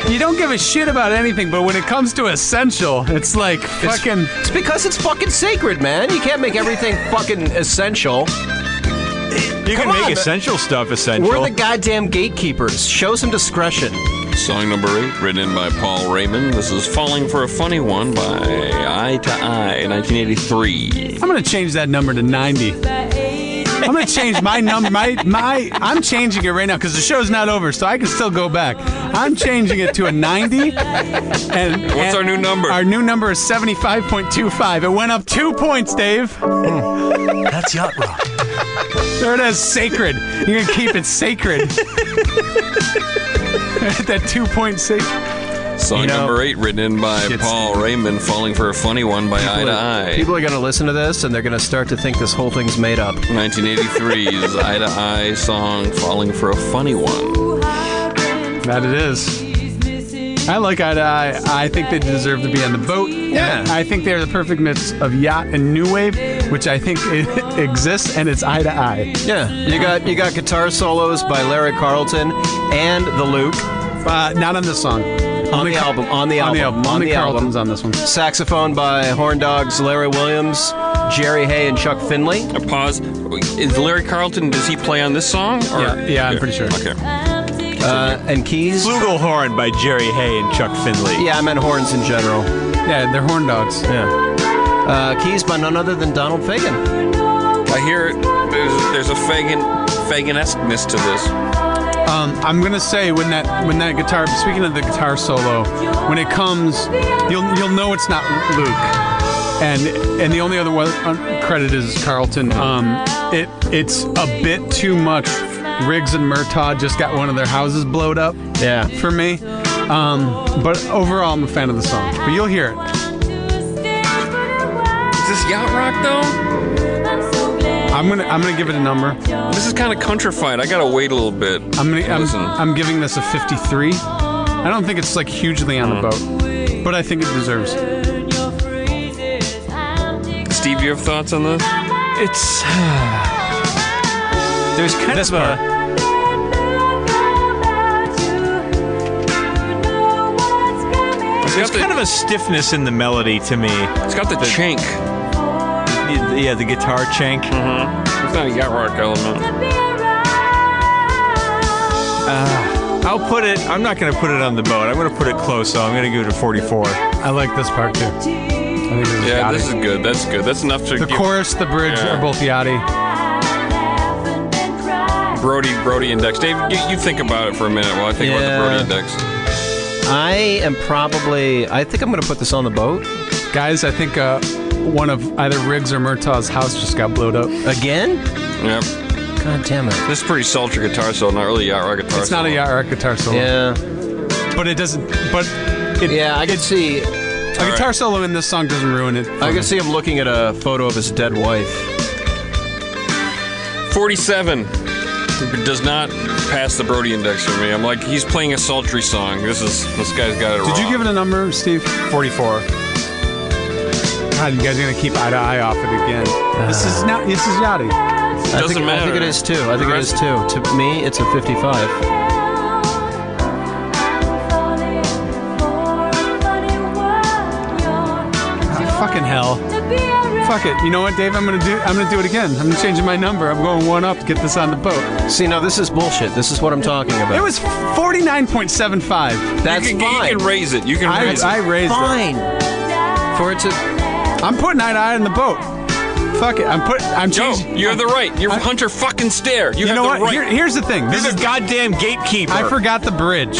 S4: You don't give a shit about anything, but when it comes to essential, it's like fucking.
S3: It's because it's fucking sacred, man. You can't make everything fucking essential.
S5: You can
S3: Come
S5: make
S3: on,
S5: essential stuff essential.
S3: We're the goddamn gatekeepers. Show some discretion.
S2: Song number eight, written in by Paul Raymond. This is Falling for a Funny One by Eye to Eye, 1983.
S4: I'm gonna change that number to 90. I'm gonna change my number. My my. I'm changing it right now because the show's not over, so I can still go back. I'm changing it to a 90. And what's
S2: our new number?
S4: Our new number is 75.25. It went up two points, Dave.
S3: Hmm.
S7: That's yacht rock.
S4: There it is, sacred. You're gonna keep it sacred. that two point sacred.
S2: Song
S3: You know,
S2: number eight, written in by
S3: it's-
S2: Paul Raymond, falling for a funny one by Eye to Eye.
S3: People are going to listen to this and they're going to start to think this whole thing's made up.
S2: 1983's Eye to Eye song, falling for a funny one.
S4: That it is. I like Eye to Eye. I think they deserve to be on the boat.
S3: Yeah.
S4: I think they're the perfect mix of yacht and new wave, which I think i exists, and it's Eye to Eye.
S3: Yeah, you got you got guitar solos by Larry Carlton and the Luke
S4: Uh, not on this song.
S3: on the album. On the
S4: On the album.
S3: album.
S4: Only Carlton's on this one.
S3: Saxophone by Horn Dogs, Larry Williams, Jerry Hay, and Chuck Finley.
S2: A pause. Is Larry Carlton? Does he play on this song? Or?
S4: Yeah, yeah, I'm
S2: Okay.
S4: pretty sure.
S2: Okay.
S3: Uh, and keys.
S5: Flugelhorn by Jerry Hay and Chuck Finley.
S3: Yeah, I meant horns in general.
S4: Yeah, they're horn dogs.
S3: Yeah. Uh, keys by none other than Donald Fagen.
S2: I hear it. There's, there's a Fagin Fagin-esqueness to this.
S4: Um, I'm gonna say when that when that guitar. Speaking of the guitar solo, when it comes, you'll you'll know it's not Luke. And and the only other one un- credit is Carlton. Um, it it's a bit too much. Riggs and Murtaugh just got one of their houses blowed up.
S3: Yeah.
S4: for me. Um, but overall, I'm a fan of the song. But you'll hear it.
S2: Is this yacht rock though?
S4: I'm gonna I'm gonna give it a number.
S2: This is kind of countrified. I gotta wait a little bit.
S4: I'm gonna I'm,
S2: Listen.
S4: I'm giving this a 53. I don't think it's like hugely on
S2: Mm.
S4: the boat, but I think it deserves. it.
S2: Steve, you have thoughts on this?
S5: It's there's kind
S3: This
S5: of a-
S2: It's
S5: there's
S2: got
S5: kind
S2: the,
S5: of a stiffness in the melody to me.
S2: it's got the chink. It's
S5: Yeah, the guitar chank.
S4: Mm-hmm.
S2: not a yacht rock element.
S5: I'll put it. I'm not gonna put it on the boat. I'm gonna put it close. So I'm gonna give it a 44.
S4: I like this part too. I think this is
S2: Yeah,
S4: yachty.
S2: this is good. That's good. That's enough to
S4: the
S2: give
S4: chorus, the bridge
S2: Yeah.
S4: are both yachty.
S2: Brody Brody Index. Dave, you, you think about it for a minute while I think
S3: Yeah.
S2: about the Brody Index.
S3: I am probably. I think I'm going to put this on the boat
S4: Guys, I think uh, one of either Riggs or Murtaugh's house just got blowed up.
S3: again.
S2: Yep.
S3: God damn it.
S2: This is pretty sultry guitar solo, not really yacht rock guitar
S4: It's not a
S2: solo.
S4: yacht rock guitar solo,
S3: Yeah.
S4: but it doesn't. But it,
S3: Yeah, I could see.
S4: a guitar solo in this song doesn't ruin it.
S3: I could see him looking at a photo of his dead wife.
S2: 47 does not pass the Brody Index for me. I'm like, he's playing a sultry song. This is this guy's got it
S4: Did you give it a number, Steve?
S5: 44.
S4: God, you guys are gonna keep eye to eye off it again. this
S2: Uh.
S4: is not. This is yachty.
S2: It doesn't
S3: I think,
S2: matter.
S3: I think it is too. I think it is too. To me, it's a 55.
S4: Fucking hell. Fuck it. You know what, Dave? I'm gonna do. I'm gonna do it again. I'm changing my number. I'm going one up to get this on the boat.
S3: See, now this is bullshit. This is what I'm talking about.
S4: It was 49.75.
S3: That's
S2: you can,
S3: fine.
S2: You can raise it. You can
S4: I,
S2: raise
S4: I
S2: it.
S4: raised it.
S3: fine. For it to.
S4: I'm putting eye to eye on the boat. Fuck it. I'm put. I'm
S2: Joe,
S4: changing.
S2: you're the right. You're Hunter fucking Stare. You,
S4: You
S2: have
S4: know
S2: the
S4: what?
S2: right.
S4: Here- here's the thing. This
S5: You're
S4: is.
S5: the goddamn gatekeeper.
S4: I forgot the bridge.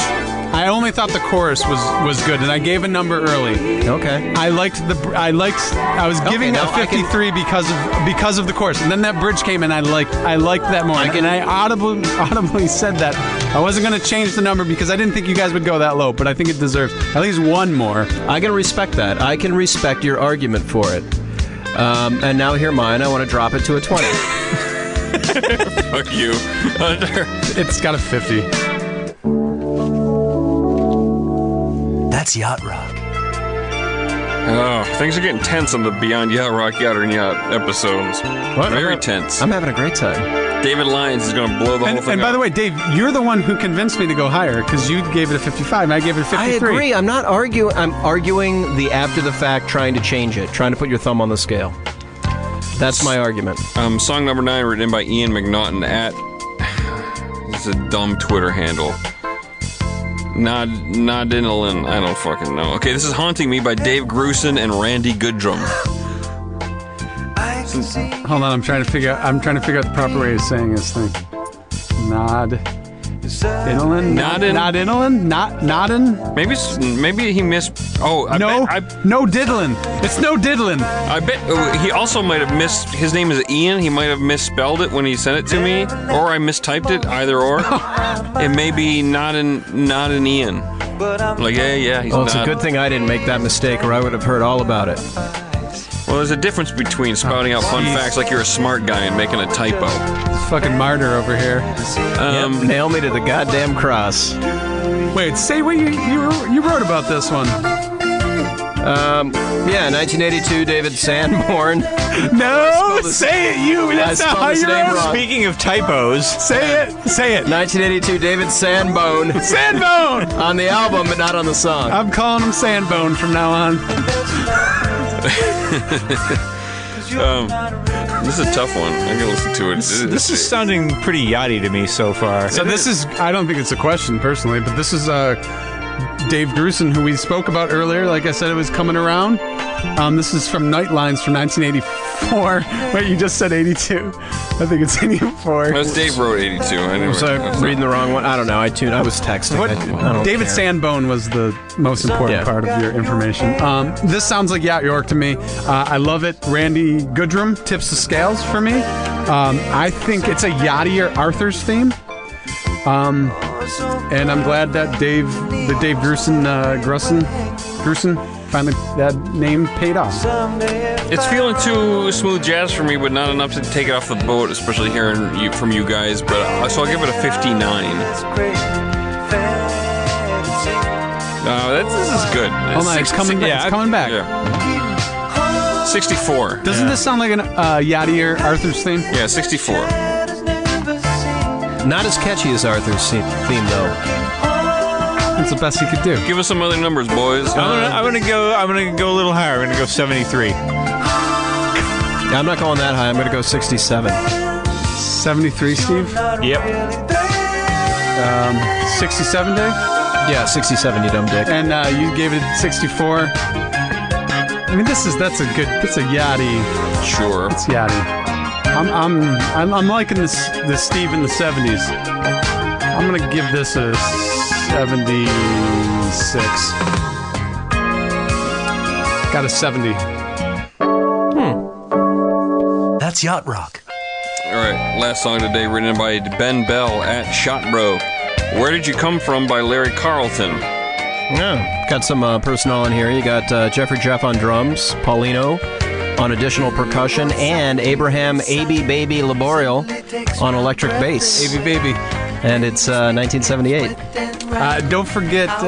S4: I only thought the chorus was was good, and I gave a number early.
S3: Okay.
S4: I liked the I liked I was giving
S3: now
S4: a
S3: I can-
S4: 53 because of because of the course, and then that bridge came and I liked I liked that more, and I audibly audibly said that I wasn't going to change the number because I didn't think you guys would go that low, but I think it deserves at least one more. Uh,
S3: I can respect that. I can respect your argument for it. Um, and now hear mine. I want to drop it to a 20.
S2: Fuck you. Hunter.
S4: It's got a 50.
S7: That's yacht rock.
S2: Oh, things are getting tense on the Beyond Yacht Rock Yachter and Yacht episodes. Very tense.
S3: I'm having a great time.
S2: David Lyons is going to blow the
S4: And,
S2: whole thing
S4: and by
S2: up.
S4: the way, Dave, you're the one who convinced me to go higher because you gave it a 55 and I gave it a 53.
S3: I agree. I'm not arguing. I'm arguing the after the fact, trying to change it, trying to put your thumb on the scale. That's my argument.
S2: Um, song number nine, written by Ian McNaughton at. It's a dumb Twitter handle. Nod, Nodinolin. I don't fucking know. Okay, this is Haunting Me by Dave Grusin and Randy Goodrum.
S4: It's- Hold on, I'm trying to figure. out I'm trying to figure out the proper way of saying this thing. Nod. Inulin.
S2: Nodin?
S4: Not inulin. Not noddin.
S2: Maybe s- maybe he missed. Oh, I
S4: no.
S2: Bet,
S4: no diddling. It's no diddling.
S2: I, I bet oh, he also might have missed. His name is Ian. He might have misspelled it when he sent it to me, or I mistyped it. Either or, it may be not an not an Ian. Like yeah, yeah. He's
S3: Well,
S2: not.
S3: it's a good thing I didn't make that mistake, or I would have heard all about it.
S2: Well, there's a difference between spouting out fun facts like you're a smart guy and making a typo.
S4: It's fucking martyr over here.
S2: Um,
S3: Nail me to the goddamn cross.
S4: Wait, say what you you, you wrote about this one.
S3: Um, Yeah, 1982, David Sanborn.
S4: No,
S3: spelled it-
S4: say it, you. That's
S3: I
S4: not
S3: spelled
S4: how
S3: his
S4: you
S3: name
S4: wrote it.
S3: wrong.
S5: Speaking of typos,
S4: Say it. Say it.
S3: 1982, David Sanbone
S4: Sandbone.
S3: on the album, but not on the song.
S4: I'm calling him Sandbone from now on.
S2: Um, This is a tough one. I can listen to it.
S5: this, this is sounding pretty yachty to me so far.
S4: So this is, I don't think it's a question personally, but this is uh, Dave Grusin, who we spoke about earlier. Like I said, it was coming around. Um, this is from Nightlines from 1984. Wait, you just said 82. I think it's 84.
S2: That's Dave wrote 82. I didn't
S3: Was I reading the wrong one? I don't know. I tuned. I was texting.
S4: What,
S3: I, I don't
S4: David
S3: care.
S4: Sandbone was the most important
S3: Yeah.
S4: part of your information. Um, this sounds like Yacht York to me. Uh, I love it. Randy Goodrum tips the scales for me. Um, I think it's a Yachty or Arthur's theme. Um, and I'm glad that Dave, the Dave Grusin, uh, Grusin, Grusin, finally that name paid off.
S2: It's feeling too smooth jazz for me, but not enough to take it off the boat, especially hearing you, from you guys. But uh, so I'll give it a 59. Uh, Uh, that's, this is good.
S4: Hold on, it's Oh, coming.
S5: yeah,
S4: it's coming back.
S2: Yeah. 64.
S4: Doesn't this sound like an uh, Yachty or Arthur's theme?
S2: Yeah, 64.
S3: Not as catchy as Arthur's theme, theme, though.
S4: That's the best he could do.
S2: Give us some other numbers, boys.
S5: I'm gonna, I'm gonna go. I'm gonna go a little higher. I'm gonna go 73.
S3: Yeah, I'm not going that high. I'm going to go 67.
S4: 73, Steve.
S5: Yep.
S4: 67, Dave.
S3: Yeah, 67, you dumb dick.
S4: and uh, you gave it 64. I mean, this is that's a good, that's a yachty,
S2: sure.
S4: it's yachty. I'm I'm I'm, I'm liking this this Steve in the 70s. I'm gonna give this a 76. Got a 70.
S7: That's yacht rock.
S2: All right, last song today written by Ben Bell at Shot Bro. Where Did You Come From by Larry Carlton.
S3: Yeah. Got some uh, personnel in here. You got uh, Jeffrey Jeff on drums, Paulino on additional percussion, and Abraham A.B. Baby Laboriel on electric bass.
S4: Baby, baby.
S3: And it's uh, 1978.
S4: Uh, don't forget uh,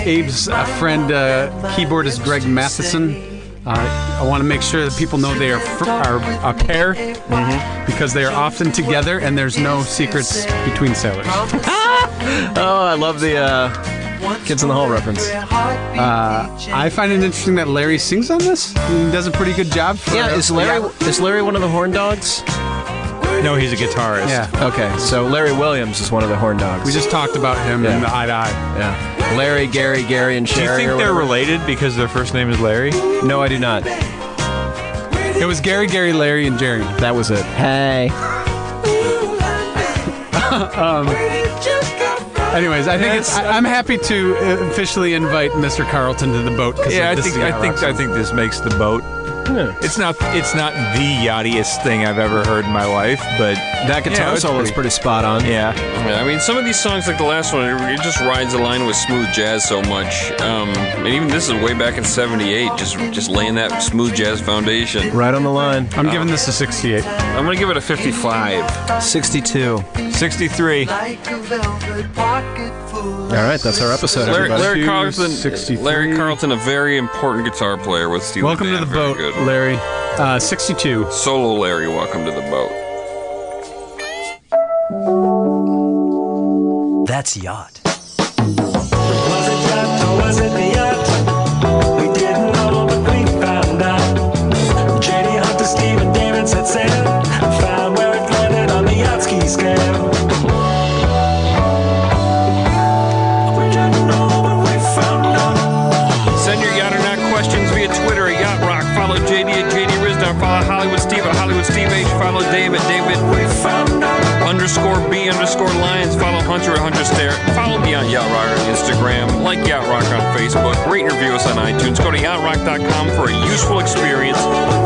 S4: Abe's uh, friend, uh, keyboardist Greg Matheson. Uh, I want to make sure that people know they are, fr- are a pair
S3: Mm-hmm.
S4: because they are often together and there's no secrets between sailors.
S3: Oh, I love the uh, Kids in the Hall reference.
S4: I find it interesting that Larry sings on this. He does a pretty good job. For,
S3: Yeah, is Larry is Larry one of the horn dogs?
S5: No, he's a guitarist.
S4: Yeah.
S3: Okay, so Larry Williams is one of the horn dogs.
S4: We just talked about him
S3: Yeah.
S4: in the eye to eye.
S3: yeah. Larry, Gary, Gary, and
S5: Do you
S3: Sherry.
S5: think
S3: or
S5: they're
S3: whatever.
S5: related because their first name is Larry?
S3: No, I do not.
S4: It was Gary, Gary, Larry, and Jerry.
S3: That was it. Hey.
S4: Anyways, I think it's. I, I'm happy to uh, officially invite Mr. Carlton to the boat. 'cause
S5: Yeah,
S4: of
S5: I
S4: this
S5: think
S4: cigar
S5: I think
S4: rock.
S5: I think this makes the boat. It's not it's not the yachtiest thing I've ever heard in my life, but
S3: That guitar
S5: Yeah, it's
S3: solo is
S5: pretty-
S3: pretty spot on.
S5: yeah,
S2: Yeah, I mean, some of these songs, like the last one, it it just rides the line with smooth jazz so much. Um, and even this is way back in '78, just just laying that smooth jazz foundation.
S3: Right on the line.
S4: I'm giving this a 68.
S2: I'm gonna give it a 55.
S3: 62.
S5: 63.
S3: All right, that's our episode.
S2: Larry,
S3: everybody.
S2: Larry Carlton,
S4: 63.
S2: Larry Carlton, a very important guitar player with Steve.
S4: Welcome to the
S2: Ladan, very
S4: boat,
S2: good.
S4: Larry. Uh, 62.
S2: Solo Larry, welcome to the boat.
S7: That's yacht.
S6: Was it yacht or was it the yacht? We didn't know, but we found out. J.D. Hunter, Steve, and David said sail. Found where it landed on the yacht ski scale. We didn't know, but we found out.
S2: Send your yacht or not questions via Twitter at Yacht Rock. Follow JD at JD Rizdar. Follow Hollywood Steve at Hollywood. there. Follow me on Yacht Rock on Instagram, like Yacht Rock on Facebook, rate and review us on iTunes. Go to yachtrock.com for a useful experience.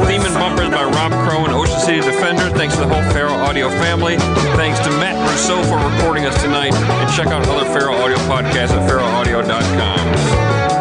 S2: Theme and bumpers by Rob Crow and Ocean City Defender. Thanks to the whole Feral Audio family. Thanks to Matt Rousseau for recording us tonight. And check out other Feral Audio podcasts at feralaudio.com.